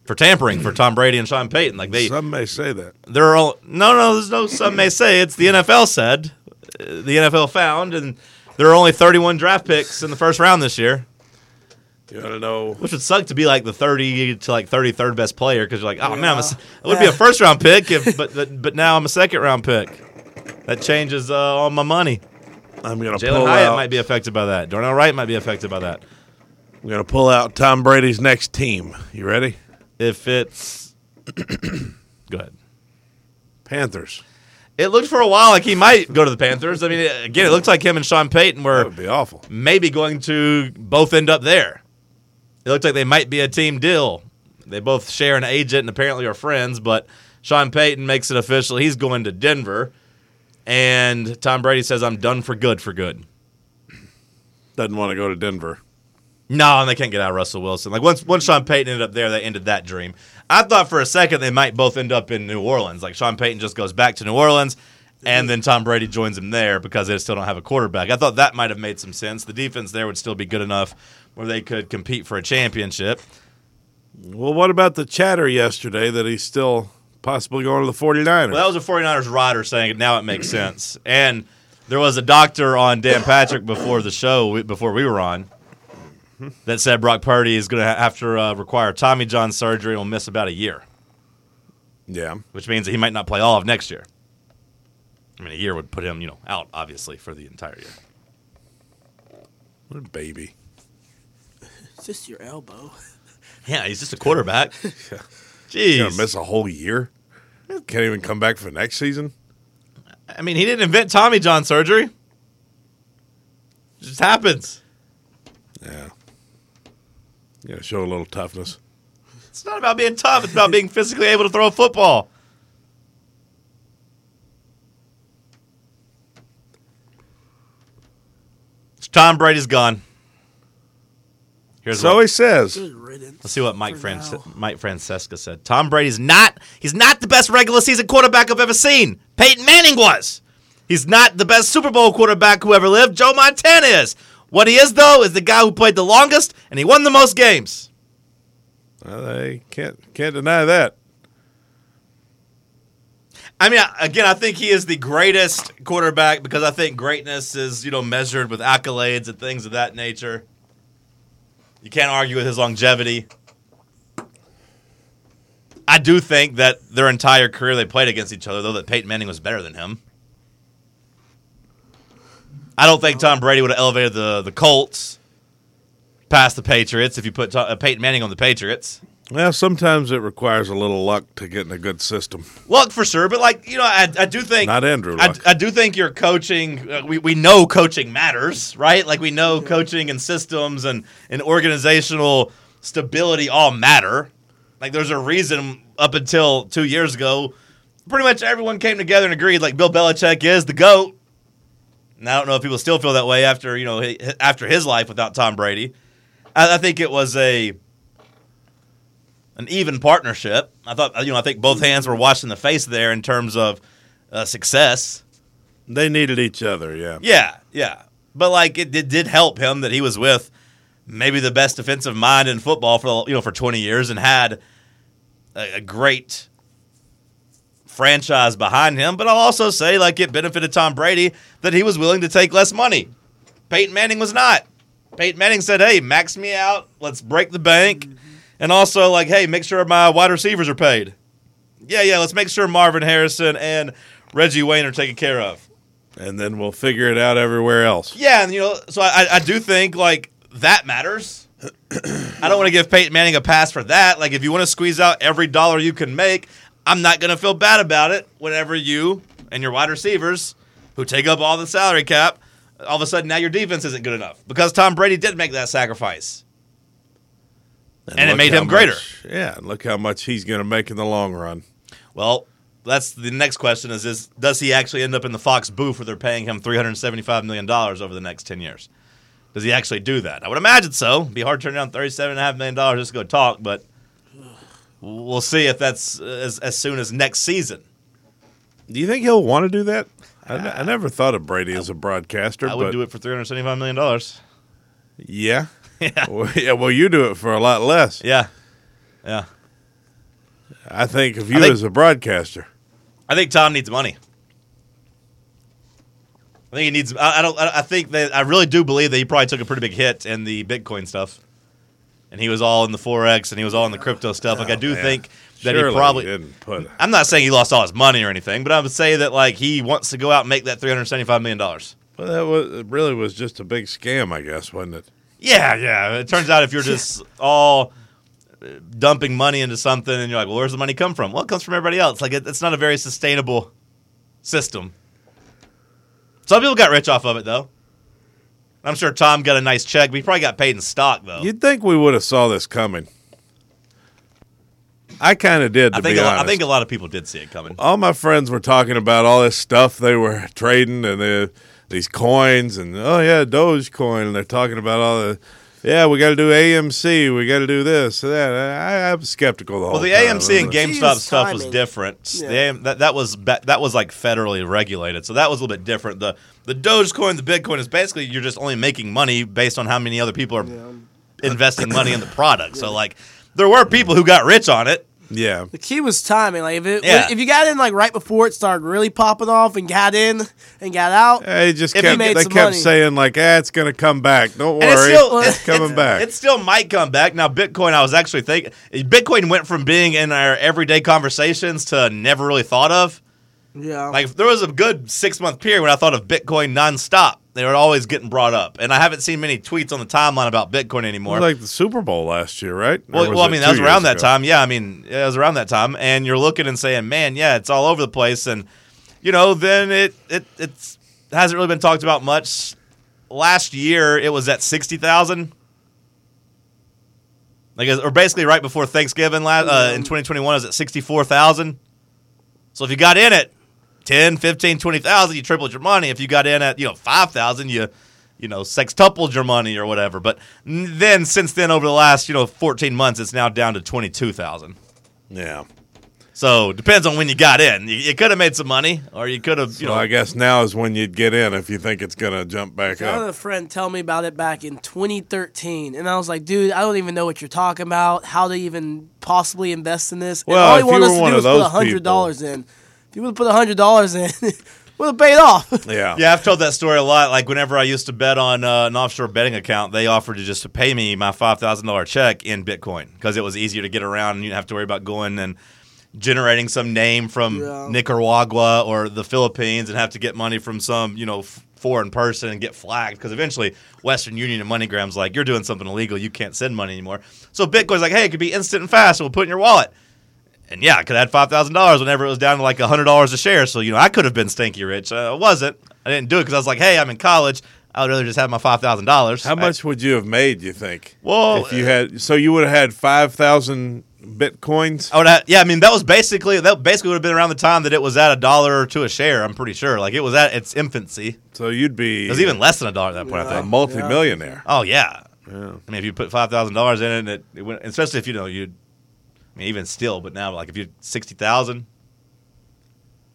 for tampering for Tom Brady and Sean Payton. Like they, Some may say that. there are all, no, no. There's no. Some may say it's the NFL said, uh, the NFL found, and there are only 31 draft picks in the first round this year, You want to know? which would suck to be like the 30 to like 33rd best player because you're like, oh man, I'm a, s- I would be a first round pick, if, but, but but now I'm a second round pick. That changes uh, all my money. I'm gonna Jalen pull Hyatt out. might be affected by that. Darnell Wright might be affected by that. I'm gonna pull out Tom Brady's next team. You ready? If it's go ahead. Panthers. It looked for a while like he might go to the Panthers. I mean, again, it looks like him and Sean Payton That were would be awful. maybe going to both end up there. It looked like they might be a team deal. They both share an agent and apparently are friends, but Sean Payton makes it official. He's going to Denver. And Tom Brady says, I'm done for good for good. Doesn't want to go to Denver. No, and they can't get out of Russell Wilson. Like once once Sean Payton ended up there, they ended that dream. I thought for a second they might both end up in New Orleans. Like Sean Payton just goes back to New Orleans, and then Tom Brady joins him there because they still don't have a quarterback. I thought that might have made some sense. The defense there would still be good enough where they could compete for a championship. Well, what about the chatter yesterday that he's still possibly going to the 49ers? Well, that was a 49ers rider saying it. Now it makes sense. And there was a doctor on Dan Patrick before the show, before we were on, that said Brock Purdy is going to have to uh, require Tommy John surgery and will miss about a year, yeah. which means that he might not play all of next year. I mean, a year would put him, you know, out obviously for the entire year. What a baby. It's just your elbow. Yeah, he's just a quarterback. He's going to Jeez. miss a whole year. Can't even come back for next season. I mean, he didn't invent Tommy John surgery. It just happens. Yeah. Yeah, show a little toughness. It's not about being tough. It's about being physically able to throw a football. So Tom Brady's gone. Here's So what, he says. Good riddance. let's see what Mike for Fran- now. Mike Francesca said. Tom Brady's not he's not the best regular season quarterback I've ever seen. Peyton Manning was. He's not the best Super Bowl quarterback who ever lived. Joe Montana is. What he is though is the guy who played the longest and he won the most games. Well, they can't can't deny that. I mean, I- again, I think he is the greatest quarterback because I think greatness is, you know, measured with accolades and things of that nature. You can't argue with his longevity. I do think that their entire career they played against each other, though, that Peyton Manning was better than him. I don't think Tom Brady would have elevated the, the Colts past the Patriots if you put Tom, uh, Peyton Manning on the Patriots. Well, sometimes it requires a little luck to get in a good system. Luck for sure, but like you know, I, I do think Not Andrew I, Luck. I do think your coaching. Uh, we we know coaching matters, right? Like we know coaching and systems and and organizational stability all matter. Like there's a reason up until two years ago, pretty much everyone came together and agreed like Bill Belichick is the goat. And I don't know if people still feel that way after you know hi- after his life without Tom Brady. I, I think it was a an even partnership. I thought, you know, I think both hands were washing the face there in terms of uh, success. They needed each other, yeah. Yeah, yeah. But like, it did, did help him that he was with maybe the best defensive mind in football for you know for twenty years and had a, a great franchise behind him. But I'll also say, like, it benefited Tom Brady that he was willing to take less money. Peyton Manning was not. Peyton Manning said, "Hey, max me out. Let's break the bank." And also, like, hey, make sure my wide receivers are paid. Yeah, yeah, let's make sure Marvin Harrison and Reggie Wayne are taken care of. And then we'll figure it out everywhere else. Yeah, and you know, so I, I- I do think like that matters. I don't want to give Peyton Manning a pass for that. Like, if you want to squeeze out every dollar you can make, I'm not gonna feel bad about it. Whenever you and your wide receivers, who take up all the salary cap, all of a sudden now your defense isn't good enough because Tom Brady did make that sacrifice. And it look made how him greater. much- yeah, and look how much he's going to make in the long run. Well, that's the next question: is, is does he actually end up in the Fox booth where they're paying him three hundred seventy-five million dollars over the next ten years? Does he actually do that? I would imagine so. It'd be hard to turn down thirty-seven and a half million dollars just to go talk, but we'll see if that's uh, as, as soon as next season. Do you think he'll want to do that? I ne- I never thought of Brady as a broadcaster. I would but do it for three hundred seventy-five million dollars. Yeah. Well, yeah. Well, you do it for a lot less. Yeah, yeah. I think of you think- as a broadcaster. I think Tom needs money. I think he needs. I, I don't. I, I think that I really do believe that he probably took a pretty big hit in the Bitcoin stuff, and he was all in the forex and he was all in the crypto stuff. Like I do Oh, man. think that Surely he probably. didn't put. I'm not saying he lost all his money or anything, but I would say that like he wants to go out and make that 375 million dollars. Well, that was it really was just a big scam, I guess, wasn't it? Yeah, yeah. It turns out if you're just all uh, dumping money into something and you're like, well, where's the money come from? Well, it comes from everybody else. Like, it, it's not a very sustainable system. Some people got rich off of it, though. I'm sure Tom got a nice check, but he probably got paid in stock, though. You'd think we would have saw this coming. I kind of did, to I think be a lo- honest. I think a lot of people did see it coming. all my friends were talking about all this stuff they were trading and the, these coins and oh yeah dogecoin and they're talking about all the yeah we got to do amc we got to do this that I, i'm skeptical the whole Well, the time. AMC and GameStop Jesus, stuff was timing. different. Yeah. The AM, that, that was ba- that was like federally regulated, so that was a little bit different. the The Dogecoin, the Bitcoin is basically you're just only making money based on how many other people are investing money in the product. So like, there were people who got rich on it. yeah The key was timing. Like if it, Yeah. if you got in like right before it started really popping off and got in and got out, they just If kept, he made they some kept money. saying like ah, it's gonna come back don't worry And it's, it's still coming back It still might come back. Now, Bitcoin, I was actually thinking Bitcoin went from being in our everyday conversations to never really thought of. yeah, Like if there was a good six month period when I thought of Bitcoin nonstop. They were always getting brought up, and I haven't seen many tweets on the timeline about Bitcoin it anymore. was like the super bowl last year right Or well, well, I it mean, that two was around that years ago? time. Yeah, I mean, it was around that time, and you're looking and saying, "Man, yeah, it's all over the place," and you know, then it it it's hasn't really been talked about much. Last year, it was at sixty thousand. Like, it- or basically right before Thanksgiving last, uh, Mm. in 2021, it was at 64,000. So if you got in at 10, 15, 20,000, you tripled your money. If you got in at, you know, 5,000, you, you know, sextupled your money or whatever. But n- then since then, over the last, you know, 14 months, it's now down to 22,000. yeah So depends on when you got in. You, you could have made some money or you could have, you well, know. I guess now is when you'd get in if you think it's gonna jump back I had up. a friend tell me about it back in 2013, and I was like, "Dude, I don't even know what you're talking about. How to even possibly invest in this?" Well, and all he if you wanted us were to one do of was put those hundred dollars in. If you would have put hundred dollars in, would have paid off. Yeah, Yeah, I've told that story a lot. Like whenever I used to bet on uh, an offshore betting account, they offered to just to pay me my five thousand dollar check in Bitcoin because it was easier to get around and you didn't have to worry about going and generating some name from Yeah. Nicaragua or the Philippines and have to get money from some you know f- foreign person and get flagged because eventually Western Union and MoneyGram's like you're doing something illegal, you can't send money anymore. So Bitcoin's like, hey, it could be instant and fast, and we'll put it in your wallet. And yeah, I could have had five thousand dollars whenever it was down to like hundred dollars a share. So you know, I could have been stinky rich. Uh, I wasn't. I didn't do it because I was like, hey, I'm in college. I would rather just have my five thousand dollars. How much would you have made? You think? Well, if you had, so you would have had five thousand bitcoins. I would have, yeah, I mean that was basically that basically would have been around the time that it was at a dollar or two a share. I'm pretty sure, like it was at its infancy. So you'd be. It was even less than a dollar at that point. I a think. multimillionaire. Oh yeah. I mean, if you put five thousand dollars in it, and it, it went, especially if you know you, I mean, even still, but now like if you sixty thousand,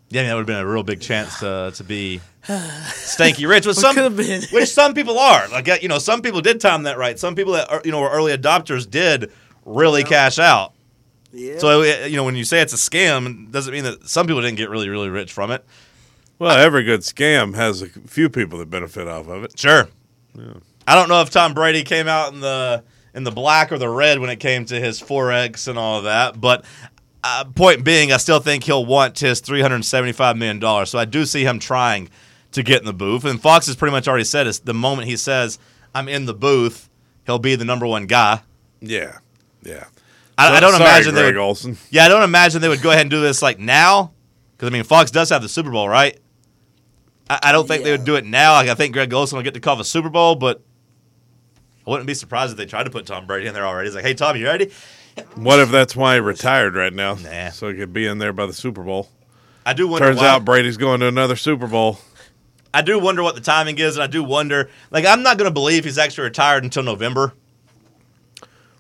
yeah, I mean, that would have been a real big chance to to be stanky rich. Which some, could've been. which some people are. Like uh, you know, some people did time that right. Some people that are, you know were early adopters did really cash out. yeah. So uh, you know, when you say it's a scam, it doesn't mean that some people didn't get really really rich from it. Well, every good scam has a few people that benefit off of it. Sure. I don't know if Tom Brady came out in the in the black or the red when it came to his forex and all of that, but uh, point being, I still think he'll want his three hundred seventy-five million dollars. So I do see him trying to get in the booth. And Fox has pretty much already said it's the moment he says I'm in the booth, he'll be the number one guy. Yeah, yeah. I, I So- don't sorry, imagine they Greg would, Olson. yeah, I don't imagine they would go ahead and do this like now, because I mean Fox does have the Super Bowl, right? I, I don't think they Yeah. would do it now. Like I think Greg Olson will get to call the Super Bowl, but I wouldn't be surprised if they tried to put Tom Brady in there already. He's like, "Hey Tom, you ready?" What if that's why he retired right now? Nah. So he could be in there by the Super Bowl. I do wonder. Turns why- out Brady's going to another Super Bowl. I do wonder what the timing is, and I do wonder. Like, I'm not going to believe he's actually retired until November.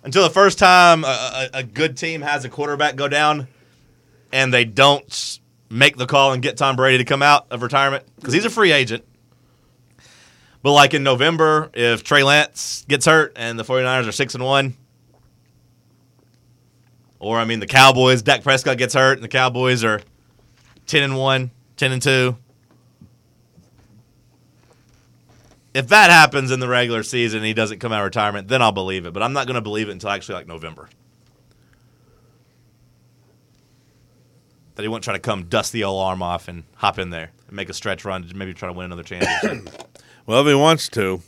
Until the first time a, a, a good team has a quarterback go down, and they don't make the call and get Tom Brady to come out of retirement because he's a free agent. But like in November, if Trey Lance gets hurt and the 49ers are six and one, Or I mean, the Cowboys. Dak Prescott gets hurt, and the Cowboys are ten and one, 10 and two. If that happens in the regular season and he doesn't come out of retirement, then I'll believe it. But I'm not going to believe it until actually like November. That he won't try to come dust the old arm off and hop in there and make a stretch run to maybe try to win another championship. Well, if he wants to,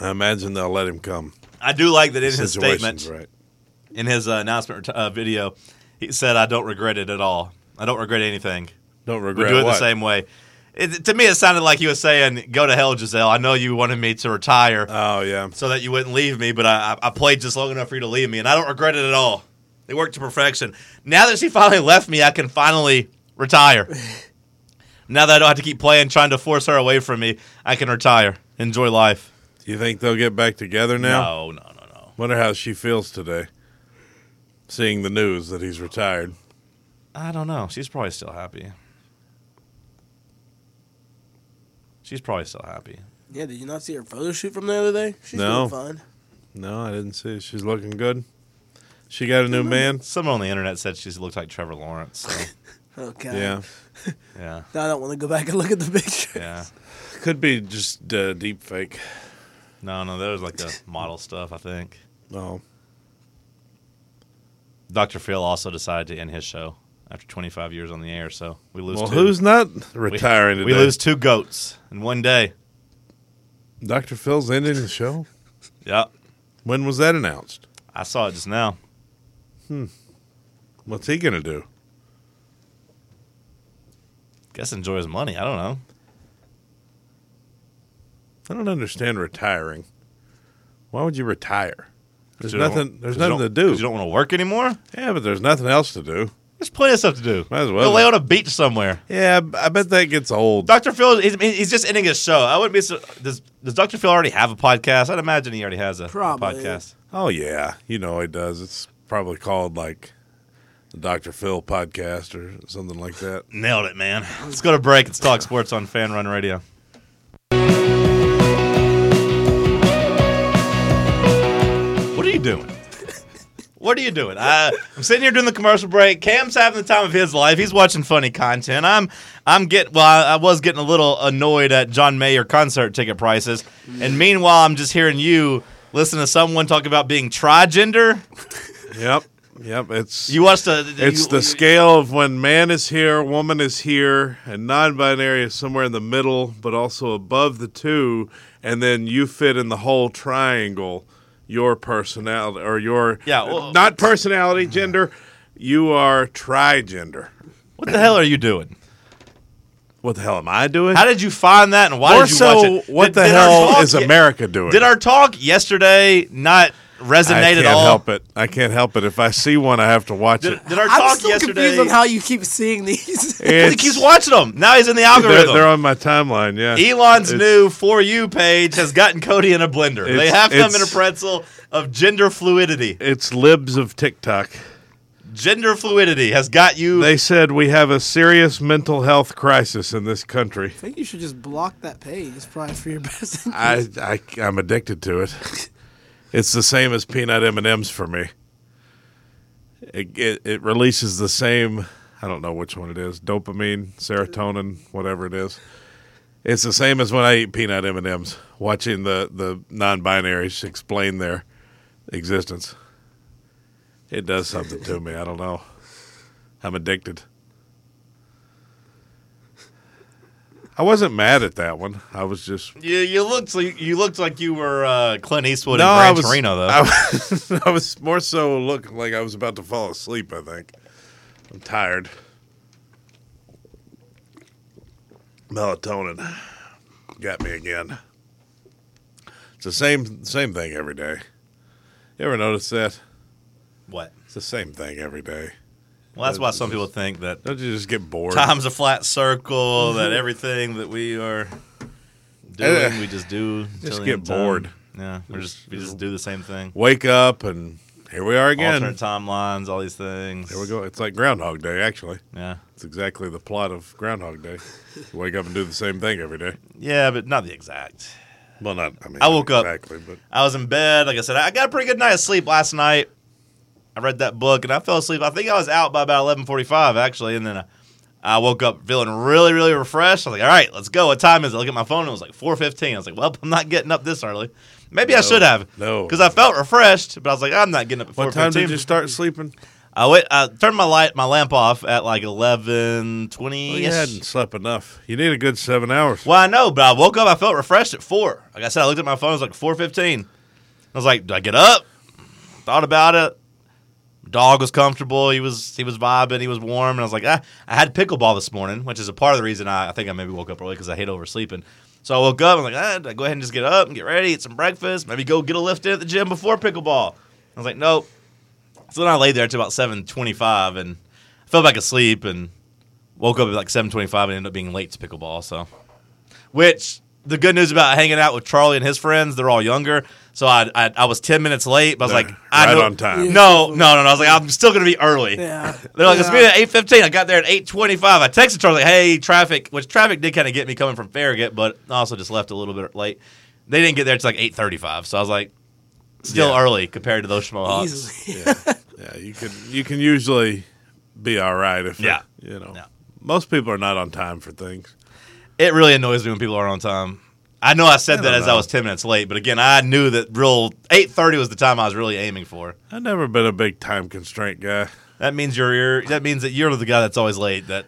I imagine they'll let him come. I do like that in his Situations, statement, right? in his uh, announcement uh, video, he said, "I don't regret it at all. I don't regret anything. Don't We regret do it what? the same way." It, to me, it sounded like he was saying, "Go to hell, Giselle. I know you wanted me to retire Oh yeah, so that you wouldn't leave me, but I, I I played just long enough for you to leave me, and I don't regret it at all. It worked to perfection. Now that she finally left me, I can finally retire. now that I don't have to keep playing, trying to force her away from me, I can retire, enjoy life. do you think they'll get back together now? No, no, no, no. Wonder how she feels today, seeing the news that he's retired. I don't know. She's probably still happy. She's probably still happy. Yeah, did you not see her photo shoot from the other day? She's No. doing fine. No, I didn't see. it. She's looking good. She got a new man. Someone on the internet said she looked like Trevor Lawrence. So, Oh god. Yeah, yeah, Now I don't want to go back and look at the picture. yeah. could be just uh, deep fake. No, no, that was like the model stuff. I think Oh, Dr. Phil also decided to end his show after 25 years on the air. So we lose. well, two. who's not we, retiring We today? lose two goats in one day. Dr. Phil's ending the show. Yep, When was that announced? I saw it just now. What's he gonna do? Guess enjoy his money. I don't know. I don't understand retiring. Why would you retire? There's You don't- nothing. There's 'cause you nothing to don't- do. 'cause You don't want to work anymore. Yeah, but there's nothing else to do. There's plenty of stuff to do. Might as well. Go lay on a beach somewhere. Yeah, b- I bet that gets old. Dr. Phil, he's, he's just ending his show. I wouldn't be so. Does, does Dr. Phil already have a podcast? I'd imagine he already has a, a Probably. podcast. Oh yeah, you know it does. It's probably called like the Dr. Phil podcast or something like that. Nailed it, man. Let's go to break. It's Talk Sports on Fan Run Radio. What are you doing? What are you doing? I, I'm sitting here doing the commercial break. Cam's having the time of his life. He's watching funny content. I'm, I'm get. Well, I, I was getting a little annoyed at John Mayer concert ticket prices, and meanwhile, I'm just hearing you listen to someone talk about being trigender. Yep, yep. It's You watched the. it's you- the scale of when man is here, woman is here, and non-binary is somewhere in the middle, but also above the two, and then you fit in the whole triangle. Your personality or your uh, Yeah, well- not personality, gender. You are trigender. What the hell are you doing? What the hell am I doing? How did you find that, and why More did you so, watch it? what Did- the did our hell talk- is America doing? Did our talk yesterday not I resonate at can't all? help it. I can't help it. If I see one, I have to watch Did, it. did our I'm talk still yesterday? confused on how you keep seeing these. Well, he It's- keeps watching them. Now he's in the they're, algorithm. they're on my timeline. Yeah, Elon's It's- new for you page has gotten Cody in a blender. They It's- have him in a it's- pretzel of gender fluidity. It's libs of TikTok. Gender fluidity has got you. They said we have a serious mental health crisis in this country. I think you should just block that page. It's probably for your best. I, I I'm addicted to it. It's the same as peanut M and M's for me. It, it it releases the same. I don't know which one it is. Dopamine, serotonin, whatever it is. It's the same as when I eat peanut M and M's. Watching the the non-binaries explain their existence. It does something to me. I don't know. I'm addicted. I wasn't mad at that one. I was just you, you looked like you looked like you were uh, Clint Eastwood in I Gran was- Torino though. I was, I was more so looking like I was about to fall asleep. I think I'm tired. Melatonin got me again. It's the same same thing every day. You ever notice that? what? It's the same thing every day. Well, that's why some people think that Don't you just get bored? time's a flat circle. That everything that we are doing, we just do. till Just the get end of time. bored. Yeah, we just we just do the same thing. Wake up and here we are again. Alternate timelines, all these things. Here we go. It's like Groundhog Day. Actually, Yeah, it's exactly the plot of Groundhog Day. You wake up and do the same thing every day. yeah, but not the exact. Well, not. I mean, I woke up. exactly, but I was in bed. Like I said, I got a pretty good night of sleep last night. I read that book and I fell asleep. I think I was out by about 11:45 actually, and then I, I woke up feeling really, really refreshed. I was like, "All right, let's go." What time is it? I look at my phone. And it was like 4:15. I was like, "Well, I'm not getting up this early." Maybe I should have. no. because I felt refreshed, but I was like, "I'm not getting up at 4:15." What time did you start sleeping? I went. I turned my light, my lamp off at like 11:20. Well, you hadn't slept enough. You need a good seven hours. Well, I know, but I woke up. I felt refreshed at four. Like I said, I looked at my phone. It was like four fifteen. I was like, "Do I get up?" Thought about it. Dog was comfortable. He was he was vibing. He was warm. And I was like, ah, I had pickleball this morning, which is a part of the reason I, I think I maybe woke up early because I hate oversleeping. So I woke up. I'm like, ah, do I go ahead and just get up and get ready, eat some breakfast, maybe go get a lift in at the gym before pickleball. I was like, nope. So then I laid there till about seven twenty-five and I fell back asleep and woke up at like seven twenty-five and ended up being late to pickleball. So which the good news about hanging out with Charlie and his friends, they're all younger. So I I, I was ten minutes late, but I was They're like, I right know- on time. No, no, no, no. I was like, I'm still gonna be early. Yeah. They're like, it's Yeah. been at eight fifteen. I got there at eight twenty five. I texted Charlie, like, hey, traffic. Which traffic did kind of get me coming from Farragut, but I also just left a little bit late. They didn't get there till like eight thirty five. So I was like, still Yeah. early compared to those schmohawks. Easily. Yeah, you can you can usually be all right if it- Yeah. you know. Yeah. Most people are not on time for things. It really annoys me when people are on time. I know I said that don't as I know. was ten minutes late, but again, I knew that real eight thirty was the time I was really aiming for. I've never been a big time constraint guy. That means you're, you're that means that you're the guy that's always late. That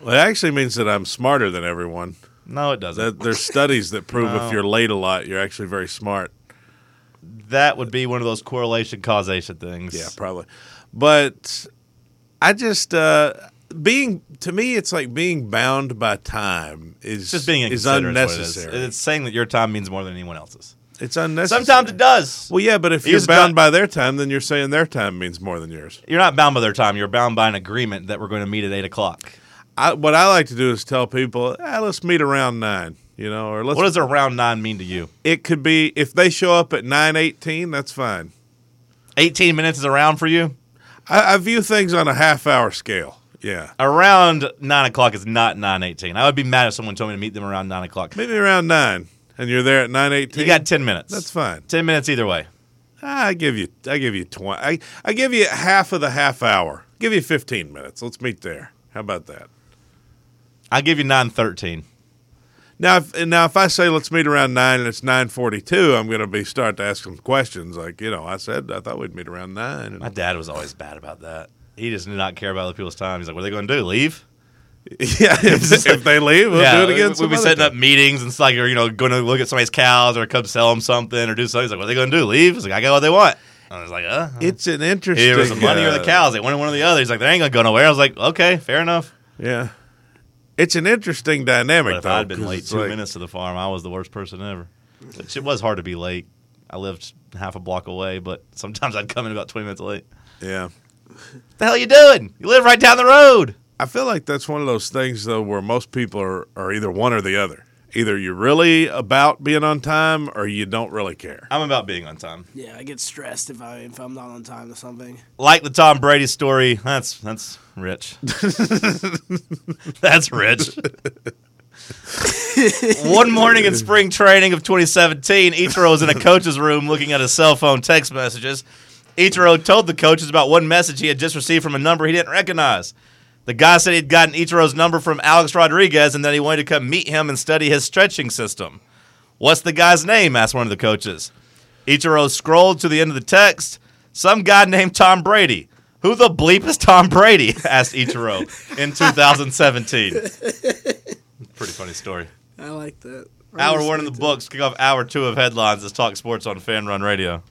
Well, it actually means that I'm smarter than everyone. no, it doesn't. That there's studies that prove if you're late a lot, you're actually very smart. That, would be one of those correlation causation things. Yeah, probably. But I just uh being to me it's like being bound by time is it's just being inconsiderate is is what it is. unnecessary. It's saying that your time means more than anyone else's. It's, unnecessary. Sometimes it does. Well, yeah, but if Here's you're the bound ti- by their time, then you're saying their time means more than yours. You're not bound by their time. You're bound by an agreement that we're going to meet at eight o'clock. I, what I like to do is tell people, ah, let's meet around nine, you know, or let's. What does a round nine mean to you? it could be if they show up at nine eighteen, that's fine. Eighteen minutes is a round for you. I, I view things on a half hour scale. Yeah, Around nine o'clock is not nine eighteen. I would be mad if someone told me to meet them around nine o'clock. maybe around nine, and you're there at nine eighteen. You got ten minutes. That's fine. Ten minutes either way. I give you, I give you twenty. I, I give you half of the half hour. Give you fifteen minutes. Let's meet there. How about that? I give you nine thirteen. Now, if, and now if I say let's meet around nine and it's nine forty-two, I'm going to be start to ask them questions like, you know, I said I thought we'd meet around nine. My And, dad was always bad about that. He just did not care about other people's time. He's like, "What are they going to do? Leave?" yeah, if, if they leave, we'll do it again. We'll some be other setting time. up meetings and it's like, or, you know, going to look at somebody's cows or come sell them something or do something. He's like, "What are they going to do? Leave?" He's like, "I got what they want." And I was like, "Uh, It's an interesting. it was the money or the uh, cows. They wanted one or the other." He's like, "They ain't going to go nowhere." I was like, "Okay, fair enough." Yeah, it's an interesting dynamic. But if though, I'd been 'cause late it's two like- minutes to the farm, I was the worst person ever. Which it was hard to be late. I lived half a block away, but sometimes I'd come in about twenty minutes late. Yeah, What the hell you doing? You live right down the road. I feel like that's one of those things though where most people are, are either one or the other. Either you're really about being on time, or you don't really care. I'm about being on time. yeah, I get stressed if I if I'm not on time to something. like the Tom Brady story. That's that's rich. that's rich. One morning in spring training of 2017, Ichiro was in a coach's room looking at his cell phone text messages. Ichiro told the coaches about one message he had just received from a number he didn't recognize. The guy said he'd gotten Ichiro's number from Alex Rodriguez and that he wanted to come meet him and study his stretching system. What's the guy's name? asked one of the coaches. Ichiro scrolled to the end of the text. Some guy named Tom Brady. Who the bleep is Tom Brady? asked Ichiro in 2017. Pretty funny story. I like that. Hour one in the books, kick off hour two of headlines as Talk Sports on Fan Run Radio.